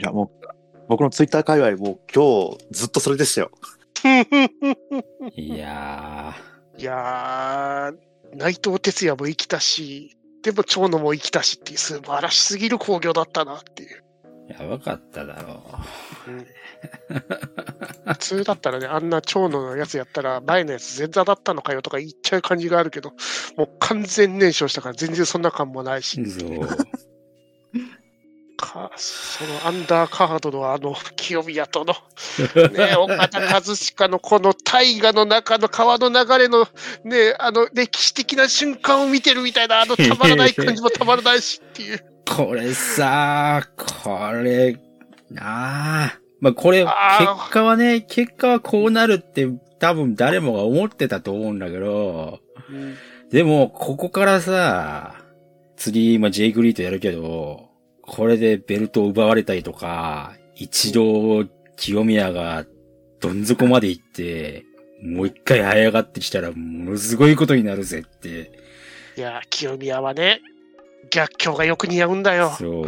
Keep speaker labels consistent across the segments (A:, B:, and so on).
A: いや、もう、僕のツイッター界隈、もう今日ずっとそれでしたよ。
B: いや
C: いやー、内藤哲也も生きたし、でも長野も生きたしっていう素晴らしすぎる興行だったなっていう。
B: ー、やばかっただろ
C: 普通だったらね、あんな長野のやつやったら、前のやつ前座だったのかよとか言っちゃう感じがあるけど、もう完全燃焼したから全然そんな感もないし、
B: う。そう。
C: かそのアンダーカードのあの 清宮との、ね、岡田和親のこの大河の中の川の流れの、ね、あの歴史的な瞬間を見てるみたいな、あのたまらない感じもたまらないしっていう。
B: これさ、これ、なあ。まあ、これ、結
C: あー
B: 果はね、結果はこうなるって多分誰もが思ってたと思うんだけど、でも、ここからさ、次、まあ、J グリートやるけど、これでベルトを奪われたりとか、一度、清宮がどん底まで行って、もう一回這い上がってきたら、ものすごいことになるぜって。
C: いやー、清宮はね、逆境がよく似合うんだよ。
B: そう。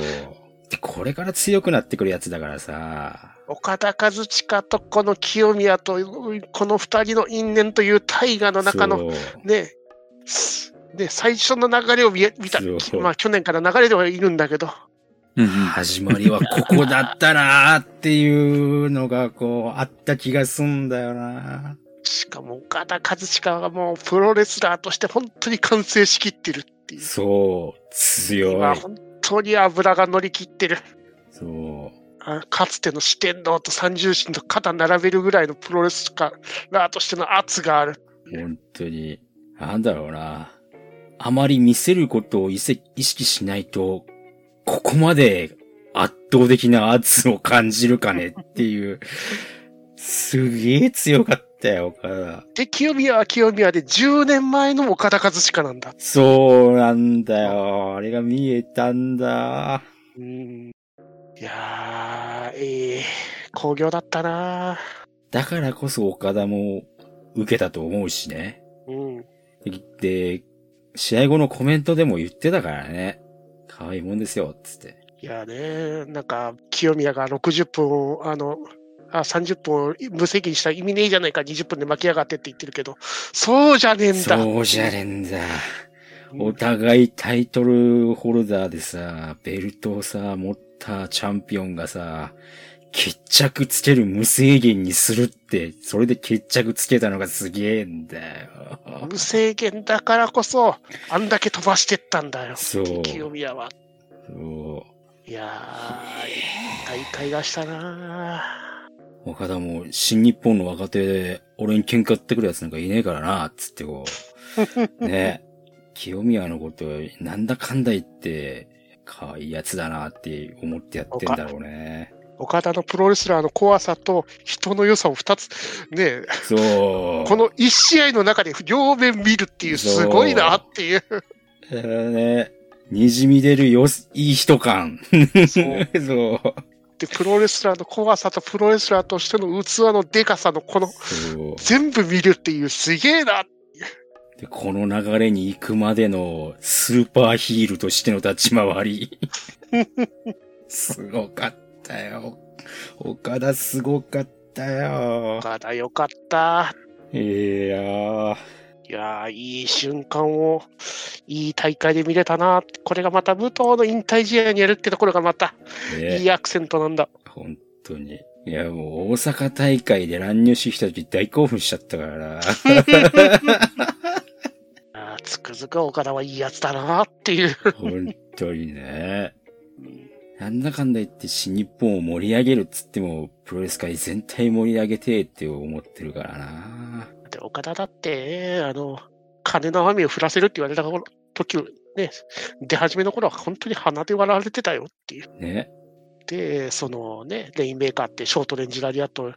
B: で、これから強くなってくるやつだからさ、
C: 岡田和親とこの清宮と、この二人の因縁という大河の中の、
B: そう
C: ね、すね最初の流れを見え見た
B: そう。
C: まあ、去年から流れではいるんだけど、
B: 始まりはここだったなーっていうのがこうあった気がすんだよな。
C: しかも岡田和親はもうプロレスラーとして本当に完成しきってるっていう。
B: そう、強
C: 今
B: い。
C: 本当に油が乗り切ってる。
B: そ
C: あかつての四天王と三重心と肩並べるぐらいのプロレスラーとしての圧がある。
B: う、本当に。なんだろうな。あまり見せることを意識意識しないと、ここまで圧倒的な圧を感じるかねっていう。すげえ強かったよ、岡田。
C: で、清宮は清宮で10年前の岡田和親なんだ。
B: そうなんだよ。あれが見えたんだ。
C: うん。いやー、ええ興行だったな
B: だからこそ岡田も受けたと思うしね。
C: うん。
B: で、試合後のコメントでも言ってたからね。可愛いもんですよ、つって。
C: いやね、なんか、清宮が60分を、あの、あ30分を無責任した意味ねえじゃないか、20分で巻き上がってって言ってるけど、そうじゃねえんだ。
B: そうじゃねえんだ。
C: うん
B: お互いタイトルホルダーでさ、ベルトをさ、持ったチャンピオンがさ、決着つける無制限にするって、それで決着つけたのがすげえんだよ。
C: 無制限だからこそ、あんだけ飛ばしてったんだよ、
B: そう
C: 清宮は。
B: そう
C: いやー、いい大会出したな
B: 岡田も新日本の若手で俺に喧嘩売ってくる奴なんかいねえからな、つってこう。ね。清宮のこと、なんだかんだ言って、可愛いやつだなって思ってやってんだろうね。
C: 岡田のプロレスラーの怖さと人の良さを2つ、ねえ
B: そう。
C: この1試合の中で両面見るっていう、すごいなっていう。
B: えーね。滲み出るよ、いい人感。
C: そう
B: そう。
C: で、プロレスラーの怖さとプロレスラーとしての器のデカさのこの
B: そう。
C: 全部見るっていうすげえな。
B: で、この流れに行くまでのスーパーヒールとしての立ち回 り。すごかったよ。岡田すごかったよ。
C: 岡田よかった。
B: いやー。
C: いやー、いい瞬間を、いい大会で見れたな。これがまた武藤の引退試合にやるってところがまた、い
B: ね、
C: いアクセントなんだ。
B: 本当に。いや、もう大阪大会で乱入してきた時大興奮しちゃったから な。
C: あーつくづく岡田はいいやつだなっていう。
B: 本当にね。なんだかんだ言って新日本を盛り上げるっつっても、プロレス界全体盛り上げてえって思ってるからな。
C: で、岡田だって、あの、金の雨を降らせるって言われた頃時、ね、出始めの頃は本当に鼻で笑われてたよっていう。
B: ね。
C: で、そのね、レインメーカーってショートレンジラリアット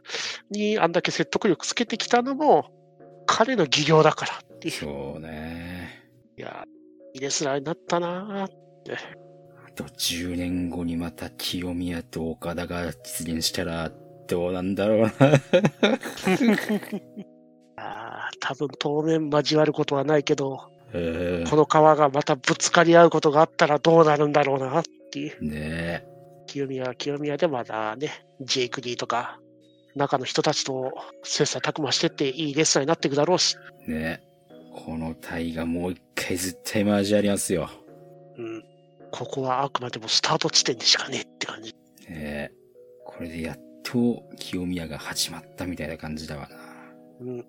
C: にあんだけ説得力つけてきたのも、彼の技量だからっていう。
B: そうね。
C: いや、いいレスラーになったなぁ
B: あと10年後にまた清宮と岡田が実現したら、どうなんだろうな。
C: あー多分当面交わることはないけど、
B: うん
C: この川がまたぶつかり合うことがあったらどうなるんだろうなっていう。
B: ねえ。
C: 清宮は清宮でまだね、ジェイク・リーとか、中の人たちと切磋琢磨してっていいレッサーになっていくだろうし、
B: ね。このタイがもう一回絶対マージありますよ。
C: うん。ここはあくまでもスタート地点でしかねえって感じ。
B: ねこれでやっと清宮が始まったみたいな感じだわな。
C: うん。い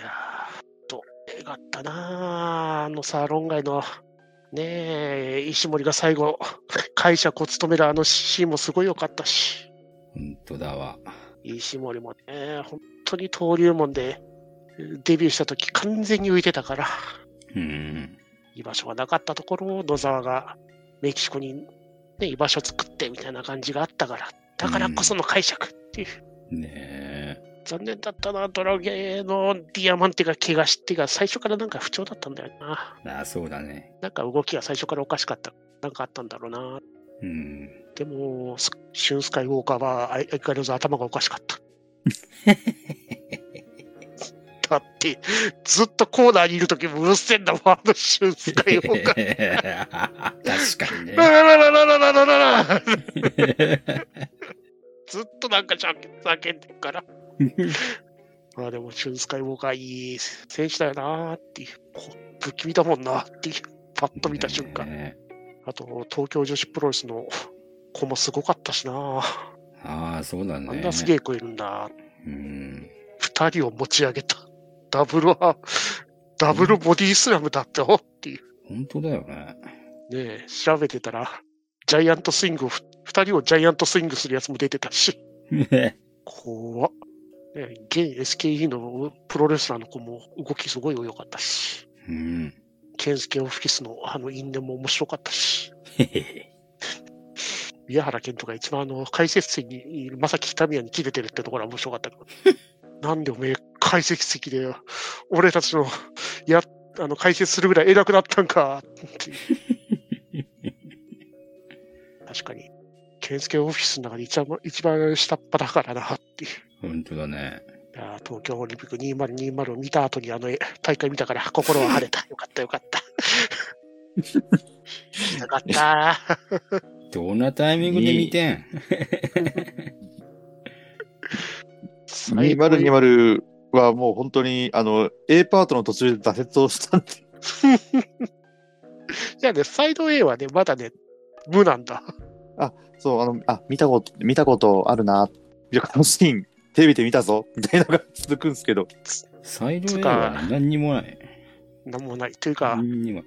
C: やー、どれがあったなああのさ、論外の、ねえ、石森が最後、解釈を務めるあのシーンもすごい良かったし。
B: ほんとだわ。
C: 石森もね、本当に登竜門でデビューした時完全に浮いてたから、
B: うん。
C: 居場所がなかったところを野沢がメキシコに、ね、居場所作ってみたいな感じがあったから、だからこその解釈っていう。
B: ねえ。
C: 残念だったな、ドラゲーのディアマンテが怪我してが最初からなんか不調だったんだよな。
B: ああ、そうだね。
C: なんか動きが最初からおかしかった。なんかあったんだろうな。
B: うん。
C: でも、スシュンスカイウォーカーは相相変わらず頭がおかしかった。だって、ずっとコーナーにいるときもうるせえんだもん、あのシュンスカイウォーカー。
B: 確かにね。
C: ラララララララララ ずっとなんか叫叫んでるから。まあでも、シュンスカイウォーカーいい選手だよなーっていう。こ不気味だもんなーっていう。パッと見た瞬間。
B: ね
C: あと、東京女子プロレスの 子もすごかったしなー。
B: えああ、そうだね。
C: あんなすげえ子いるんだーって
B: うん。
C: 二人を持ち上げた。ダブルア、ダブルボディスラムだったよっていう。
B: 本当だよ
C: ね
B: ね。
C: え、調べてたら、ジャイアントスイングをふ、二人をジャイアントスイングするやつも出てたし、怖っ。ねえ、現 SKE のプロレスラーの子も動きすごい良かったし、
B: うん。
C: ケンスケオフィスのあの因縁も面白かったし、宮原健とか一番あの、解説席にいる正木民也に切れてるってところは面白かったけど。 なんでおめえ解説席で、俺たちの、や、あの、解説するぐらい偉くなったんか、っていう確かに、健介オフィスの中で一番一番下っ端だからな、っていう。
B: 本当だね。
C: いやー東京オリンピック2020を見た後にあのえ大会見たから心は晴れた。よかったよかった。よかった。
B: どんなタイミングで見てん
C: 最高に
A: 2020はもう本当に、あの、A パートの途中で挫折をしたんで、
C: いやね、サイド A はね、まだね、無なんだ。
A: そう、あの、あ、見たこと、見たことあるな。いや、このシーン、テレビで見たぞ、みたいなのが続くんですけど。
B: サイド A はね何にもない。
C: なんもない。というか、
B: 何にも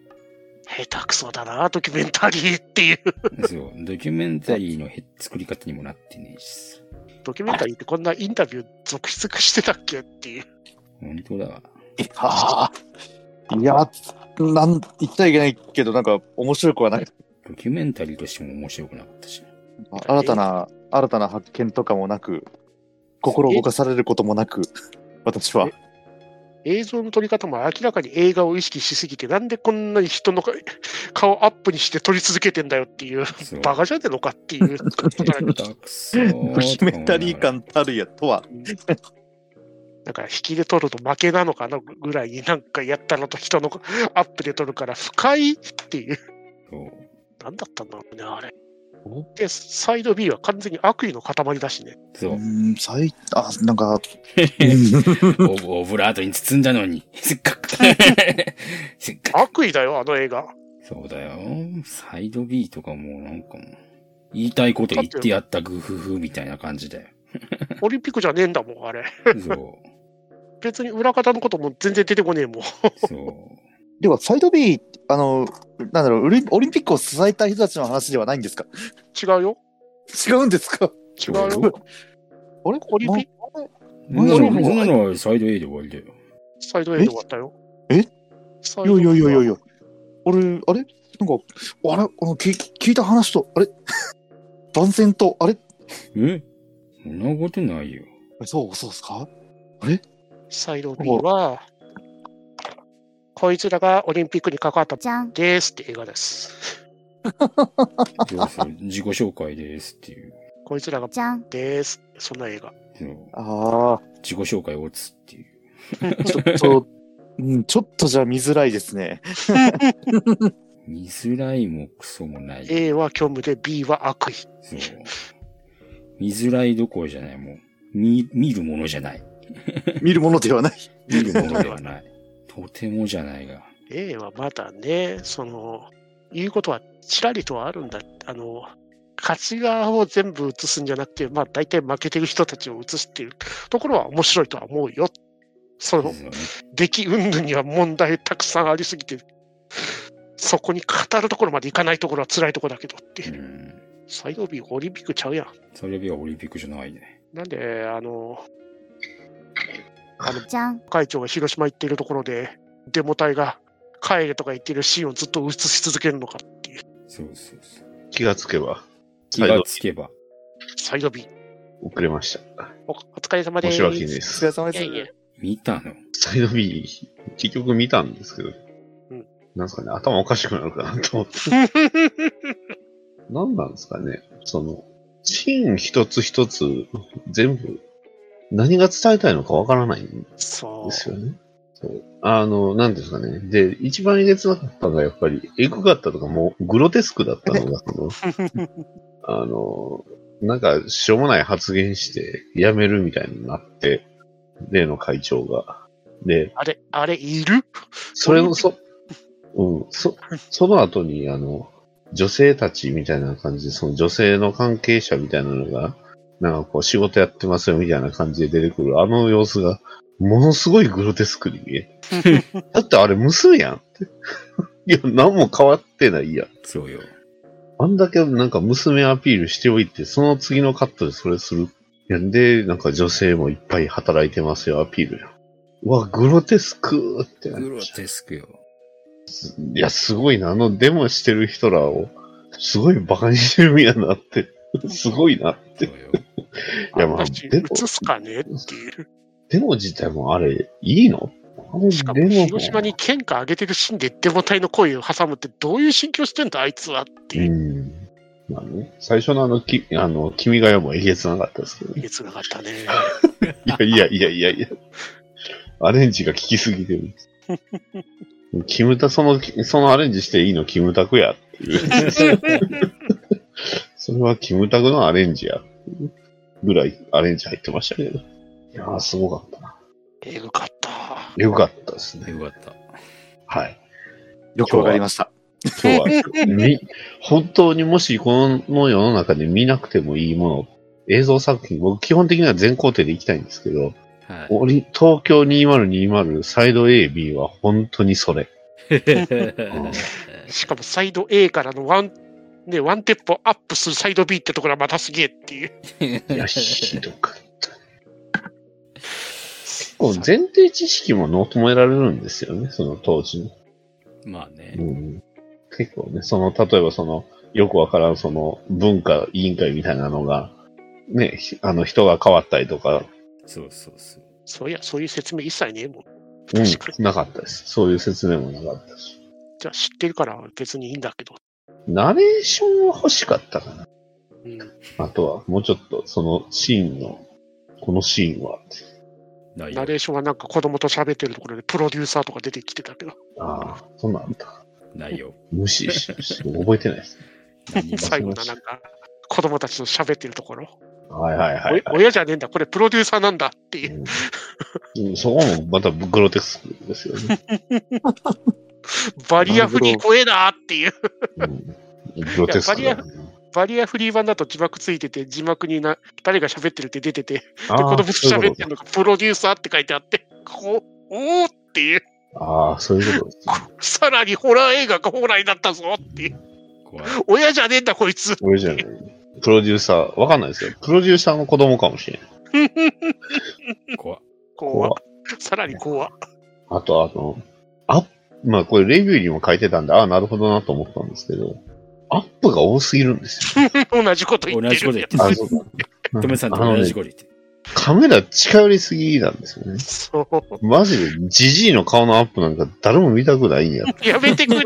C: 下手くそだな、ドキュメンタリーっていう。
B: ない。そう。ドキュメンタリーのへ作り方にもなってねえし。
C: ドキュメンタリーってこんなインタビュー続出してたっけっていう。
B: 本当だわ。
A: ああ。いや、なん、言っちゃいけないけど、なんか、面白くはない。
B: ドキュメンタリーとしても面白くなかったし。
A: あ新たな、新たな発見とかもなく、心動かされることもなく、私は。
C: 映像の撮り方も明らかに映画を意識しすぎて、なんでこんなに人の顔顔アップにして撮り続けてんだよっていう、
B: そう。
C: バカじゃねえのかっていう。
B: 下手くそーと思いな
A: ド
B: がら
A: キュメンタリー感たるやとは。
C: なんか引きで撮ると負けなのかなぐらいになんかやったのと人のアップで撮るから不快っていう。
B: そう
C: なんだったんだろうね、あれ。で、サイド B は完全に悪意の塊だしね。
B: そうう。
A: ん、最、あ、なんか、
B: オブオブラートに包んだのに。せっかく。 せっかく。
C: 悪意だよ、あの映画。
B: そうだよ。サイド B とかもうなんかもう、言いたいこと言ってやったグフフみたいな感じだよ。
C: オリンピックじゃねえんだもん、あれ。
B: そ
C: 別に裏方のことも全然出てこねえもん。
B: う。そ
A: では、サイド B、あの、なんだろう、オリンオリンピックを支えた人たちの話ではないんですか
C: 違うよ。
A: 違うんですか
C: 違う よ。
B: そう
A: あれ
C: オリンピック
B: う。そんなの、そんなのはサイド A で終わりだよ。
C: サイド A で終わったよ。
A: え
C: サイ
A: い
C: ド
A: や
C: A
A: いやいやいやいや。あれ、あれなんか、あれあの聞聞いた話と、あれ 断線と、あれ
B: えそんなことないよ。
A: そう、そうですか
C: サイド B は、こいつらがオリンピックに関わった
D: じゃん。
C: ですって映画です。
B: そうそう。自己紹介ですっていう。
C: こいつらが
D: じゃん。
C: です。そんな映画。
B: そう。
A: ああ、
B: 自己紹介を打つってい う。
A: ちょっと、うん、ちょっとじゃ見づらいですね。
B: 見づらいもクソもない。
C: A は虚無で B は悪意。
B: そう。見づらいどころじゃない、もう。見、見るものじゃない。
A: 見るものではない。
B: 見るものではない。とてもじゃないが。
C: A はまだね、その、言うことはちらりとはあるんだ。あの、勝ち側を全部映すんじゃなくて、まあ大体負けてる人たちを映すっていうところは面白いとは思うよ。その
B: です、よね
C: 出来云々には問題たくさんありすぎて、そこに語るところまでいかないところは辛いところだけどっていうう。
B: ん。
C: 最後日オリンピックちゃうやん。
B: それはオリンピックじゃないね。
C: なんで、あの、
D: じゃん。
C: 会長が広島行っているところで、デモ隊が帰れとか言ってるシーンをずっと映し続けるのかっていう。
B: そうそうそう。
E: 気がつけば、
B: 気がつけば。
C: サイド B。
E: 遅れました。
C: おお疲れ様で
E: 面
C: す。
E: 白い日
C: い
E: で
A: お
E: す
A: 疲。れ様で
C: や
A: す。
C: いや、
B: 見たの。
E: サイド B、結局見たんですけど、
C: うん
E: なんすかね、頭おかしくなるかなと思って。なんなんですかね、その、シーン一つ一つ、全部、何が伝えたいのかわからないん
C: そ
E: ですよね。そうあの、なんですかね。で、一番えげつなかったのが、やっぱり、エグかったとか、もう、グロテスクだったのが、 その、
C: う。
E: あの、なんか、しょうもない発言して、辞めるみたいになって、例の会長が。で、
C: あれ、あれ、いる
E: それの、そ、うん、そ、その後に、あの、女性たちみたいな感じで、その女性の関係者みたいなのが、なんかこう、仕事やってますよみたいな感じで出てくる、あの様子が、ものすごいグロテスクに見える。だってあれ、娘やんって。 いや、何も変わってないやん。
B: そうよ。
E: あんだけなんか娘アピールしておいて、その次のカットでそれする。いやで、なんか女性もいっぱい働いてますよ、アピールやん。うわ、グロテスクーってなっ
B: グロ
E: ちゃ
B: テスクよ。
E: ういや、すごいな。あのデモしてる人らを、すごいバカにしてるんやなって。すごいなっ
B: そう
E: て。い
B: よ。
E: や、まあ、
C: 私、
E: デ
C: 映
E: モ、
C: すかねっていう。
E: デモ自体もあれ、いいのあれ
C: しか
E: デ
C: も、
E: モも
C: 広島に喧嘩上げてるシーンでデモ隊の声を挟むって、どういう心境してんだ、あいつはっていうう。
E: ん。まあね、最初のあの、きあの君が代もえげつなかったですけどね
C: えげつなかったね。
E: いやい やいやいやいや。アレンジが効きすぎてる。キムタ、その、そのアレンジしていいのキムタクやっていう。 それはキムタクのアレンジや。ぐらいアレンジ入ってましたけど。いやー、すごかったな。
C: えぐかった。
E: よかったですね。
B: よかった。
E: はい。
A: よくわかりました。
E: 今日は、 み、本当にもしこの世の中で見なくてもいいもの、映像作品、僕基本的には全工程で行きたいんですけど、
B: はい。
E: オリ東京2020サイド AB は本当にそれ。
C: しかも、サイド A からのワン、ね、ワンテッポアップするサイド B ってところはまたすげえっていう。
E: いや、ひどかった。結構前提知識も求められるんですよね、その当時の。
B: まあね
E: う。ん、結構ね、その、例えばその、よくわからんその文化委員会みたいなのが、ね、ひあの人が変わったりとか、
B: そうそうそう。
C: そういや、そういう説明一切ねえもん。
E: うん
C: 確かに。
E: なかったです。そういう説明もなかったし。
C: じゃあ知ってるから別にいいんだけど。
E: ナレーションは欲しかったかな。
C: うん、
E: あとは、もうちょっと、そのシーンの、このシーンは、
B: ない
C: ナ
B: よ。
C: レーションはなんか子供と喋ってるところでプロデューサーとか出てきてたけど、
E: ああ、そうなんだ。
B: ないよ。
E: 無視し、覚えてないです。
B: 何も
E: そう
C: 最後のなんか子供たちと喋ってるところ、
E: はいはいはい、
C: お親じゃねえんだ、これプロデューサーなんだっていう。
E: うんうんそこもまたグロテスクですよね。
C: バリアフリー怖えなっていう。
E: うん、グロテスクだな。
C: バリアフリー版だと字幕ついてて、字幕にな誰が喋ってるって出てて、で
E: あ
C: 子供と
E: あ、そういう
C: 喋っ
E: こ
C: てるのがプロデューサーって書いてあって、こう、おーっていう、
E: と。ああ、そういうことです、ね。
C: さらにホラー映画がホラーになったぞっていう。
B: 怖い。
C: 親じゃねえんだこいつ。
E: 俺じゃない。プロデューサー、わかんないですよ。プロデューサーの子供かもしれない。
B: 怖い。
C: 怖
E: 怖
C: っさらに怖っ
E: あと、あの、アップ、まあこれレビューにも書いてたんで、ああ、なるほどなと思ったんですけど、アップが多すぎるんですよ。
C: 同じこと言ってる。
B: 同じこと言って
E: あそう か
B: トメさんと
E: あのね
B: 同じこと言って。
E: カメラ近寄りすぎなんですよね。
C: そう。
E: マジで、ジジイの顔のアップなんか誰も見たくないんや。
C: やめて くれ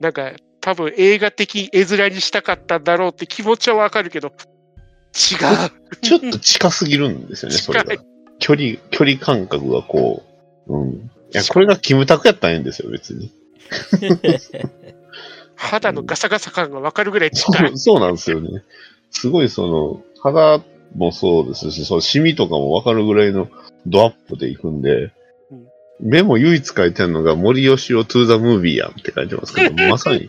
C: なんか、多分映画的絵面にしたかったんだろうって気持ちはわかるけど、違う。
E: ちょっと近すぎるんですよね、それ
C: 近
E: が。距離、距離感覚がこう、うん。いや、これがキムタクやったらええんですよ、別に。
C: 肌のガサガサ感がわかるぐらいちっちゃい。
E: そうなんですよね。すごいその、肌もそうですし、そのシミとかもわかるぐらいのドアップでいくんで
C: うん、
E: 目も唯一書いてるのが森吉を to the movie やんって書いてます けど、まさに、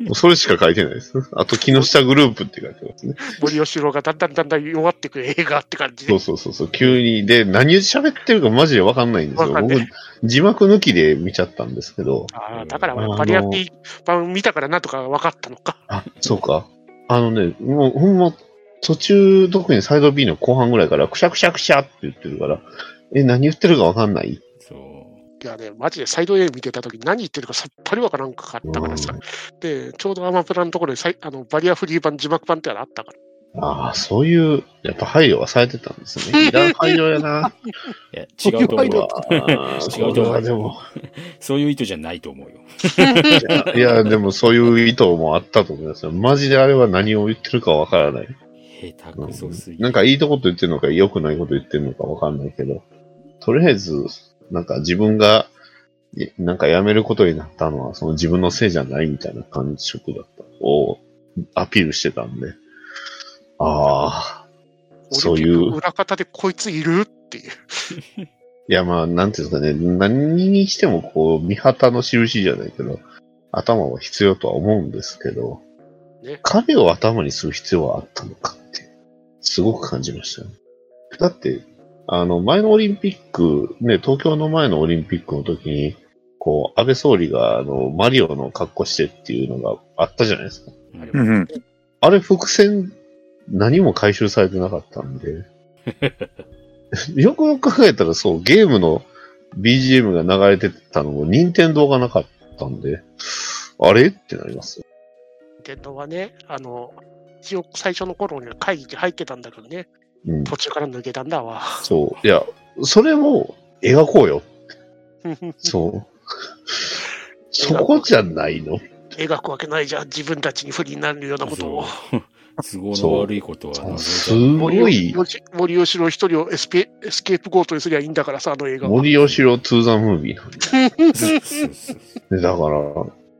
E: もうそれしか書いてないです。あと、木下グループって書いてますね。
C: 森吉郎がだんだんだんだん弱ってくる映画って感じ
E: そう
C: で。
E: そうそうそう、急に。で、何喋ってるかマジでわかんないんですよ。
C: わかん
E: 僕
C: ない、
E: 字幕抜きで見ちゃったんですけど、
C: ああ、だからやっぱりやって一番見たからなんとか分かったのか。
E: あ、そうか。あのね、もうほんま、途中、特にサイド B の後半ぐらいから、くしゃくしゃくしゃって言ってるから、え、何言ってるかわかんない。
B: そう。
C: いやね、マジでサイド A 見てた時何言ってるかさっぱりわからんかったからさ
E: う。
C: で、ちょうどアマプラのところにさいあのバリアフリー版、字幕版ってのあったから。
E: ああ、そういう、やっぱ配慮はされてたんで すね。いらん配慮やな。
B: いや、違うと思うわ。
E: あー
B: 違うと思う
E: これはでも、
B: そういう意図じゃないと思うよ。
E: いや、でもそういう意図もあったと思いますよ。マジであれは何を言ってるかわからない。
B: 下手
E: う
B: くそすぎ
E: ん、なんかいいとこと言ってるのか、良くないこと言ってるのかわかんないけど、とりあえず、なんか自分が、いなんか辞めることになったのは、その自分のせいじゃないみたいな感触だったをアピールしてたんで、ああ、そうい
C: オリンピック
E: う、
C: 裏方でこいついるっていう。
E: いやまあ、なんていうんですかね、何にしてもこう、見旗の印じゃないけど、頭は必要とは思うんですけど、
C: ね
E: 彼を頭にする必要はあったのかって、すごく感じましたね。だって、あの、前のオリンピック、ね、東京の前のオリンピックの時に、こう、安倍総理が、あの、マリオの格好してっていうのがあったじゃないですか。
B: うん
A: うんう ん。
E: あれ、伏線、何も回収されてなかったんで。 よくよく考えたら、そう、ゲームの BGM が流れてたのも、任天堂がなかったんで、あれってなりますよ。
C: 伝統はね、あの、一応最初の頃には会議に入ってたんだけどね、
E: うん。
C: 途中から抜けたんだわ。
E: そう。いや、それも描こうよ。
C: 描
E: そう。そこじゃないの
C: くわけないじゃん、自分たちに不利になるようなことを。
B: そう都合の悪いことは
E: す
B: 除い
E: ごい。
C: 森森吉の一人をエスペエスケープゴートにすりゃいいんだからさ、あの映画は。
E: 森吉郎ツーザムービーなんで
B: たそうそうそう
E: でだから、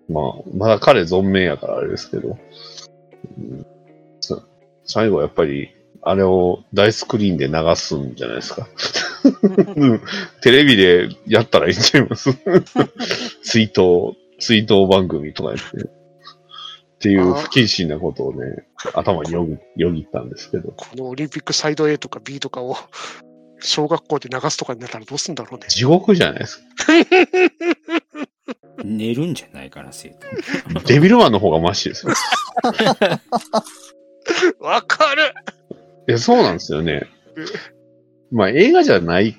E: まあ、まだ彼存命やからあれですけど、うんさ最後やっぱり、あれを大スクリーンで流すんじゃないですか。うんテレビでやったらいいんちゃいます追悼、追悼番組とかやって。っていう不謹慎なことをね、頭によぎよぎったんですけど。
C: このオリンピックサイド A とか B とかを小学校で流すとかになったらどうすんだろうね。
E: 地獄じゃないですか。
B: 寝るんじゃないかな、生徒。
E: デビルマンの方がマシですよ。
C: わかる
E: いや、そうなんですよね
C: うん。
E: まあ、映画じゃない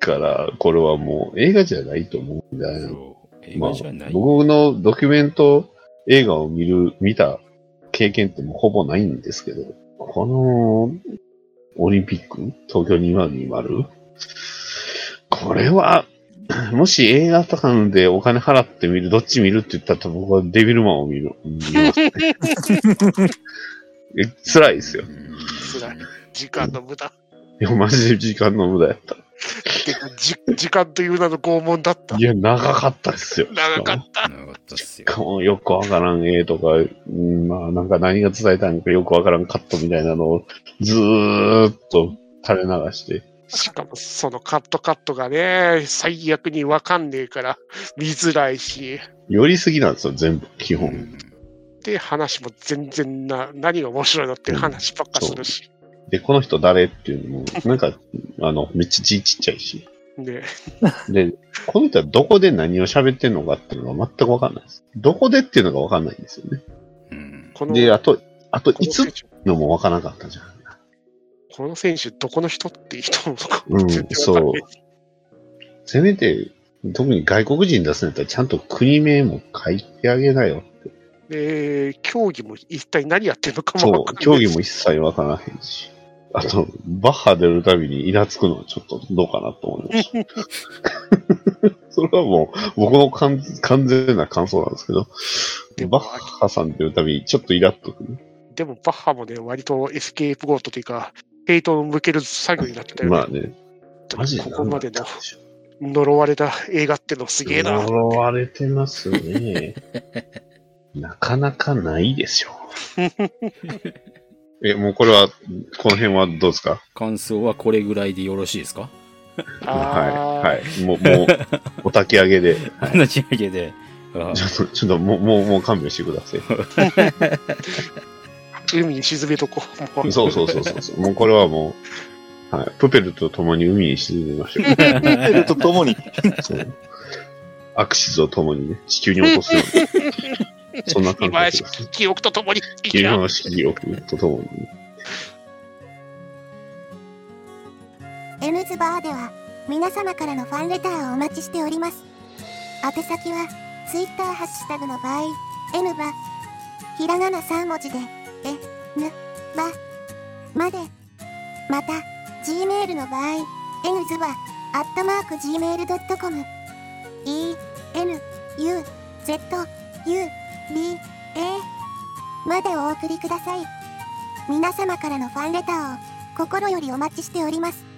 E: から、これはもう映画じゃないと思うんで、あれなの
B: そう映画じゃない。
E: 僕のドキュメント映画を見る、見た経験ってもうほぼないんですけど、このオリンピック、東京2020、これは、もし映画とかでお金払って見る、どっち見るって言ったら僕はデビルマンを見る。見ますねえ辛いですよ。
C: 辛い時間の無駄。
E: いや、マジで時間の無駄やった。
C: てかじ時間という名の拷問だった
E: い。や、長かったですよ。
C: 長かった。
B: なかったっすよ。
E: かもよくわからん絵とか、うんまあなんか何が伝えたのかよくわからんカットみたいなのをずーっと垂れ流して、
C: しかもそのカットカットがね、最悪にわかんねえから見づらいし、
E: 寄りすぎなんですよ、全部、基
B: う
E: 本。
B: ん
C: で話も全然な、何が面白いのっていう話ばっかするし。
E: で、この人誰っていうのも、なんか、あの、めっちゃ字ちっちゃいし。
C: ね、
E: で、この人はどこで何を喋ってんのかっていうのが全くわかんないです。どこでっていうのがわかんないんですよね。
B: うん
C: この
E: で、あと、あと、
C: こ
E: い
C: の
E: つ
C: 選
E: って
C: 手
E: のもわからなかったじゃん。
C: この選手、どこの人っていう人も
E: う
C: 全
E: ん
C: 然わかんない
E: せめて、特に外国人出すんやったら、ちゃんと国名も書いてあげなよ。
C: で、競技も一体何やってるのかも
E: そ
C: わか
E: う、
C: んない
E: 競技も一切わからへんし。あと、バッハ出るたびにイラつくのはちょっとどうかなと思いました。それはもう僕の完完全な感想なんですけど
C: で、も
E: バッハさん出るたびにちょっとイラっとくる。
C: でも、バッハもね、割とエスケープゴートというか、ヘイトを向ける作業になってたよね。
E: まあね、マジで
C: ここまでの
E: なんだったんでしょう
C: 呪われた映画ってのすげえな。
E: 呪われてますね。 なかなかない ですよ。 え、もうこれは、この辺はどうですか
B: 感想はこれぐらいでよろしいですか
E: は
C: あ
E: い。はい。もう、もう、お焚き上げ で。
B: こんな仕上げで。あ
E: ちょっと、ちょっと、もう、もう、もう勘弁してくだ さい。
C: ー海に沈めとこう。もう
E: そうそうそうそうそう。もうこれはもう、はい。プペルと共に海に沈んでましたよ
A: ペルとともに。
E: そうアクシズを共にね、地球に落とすよう な。そんな感
C: 今や
E: じ
C: し
E: です。
C: 記憶とともに生き
E: 地球
C: な。
E: の記憶と共に。
D: N ズバーでは皆様からのファンレターをお待ちしております宛先は Twitter ハッシュタグの場合 N バひらがな3文字でえぬばまでまた Gmail の場合 N ズバアットマーク Gmail.com E N U Z U B A までお送りください皆様からのファンレターを心よりお待ちしております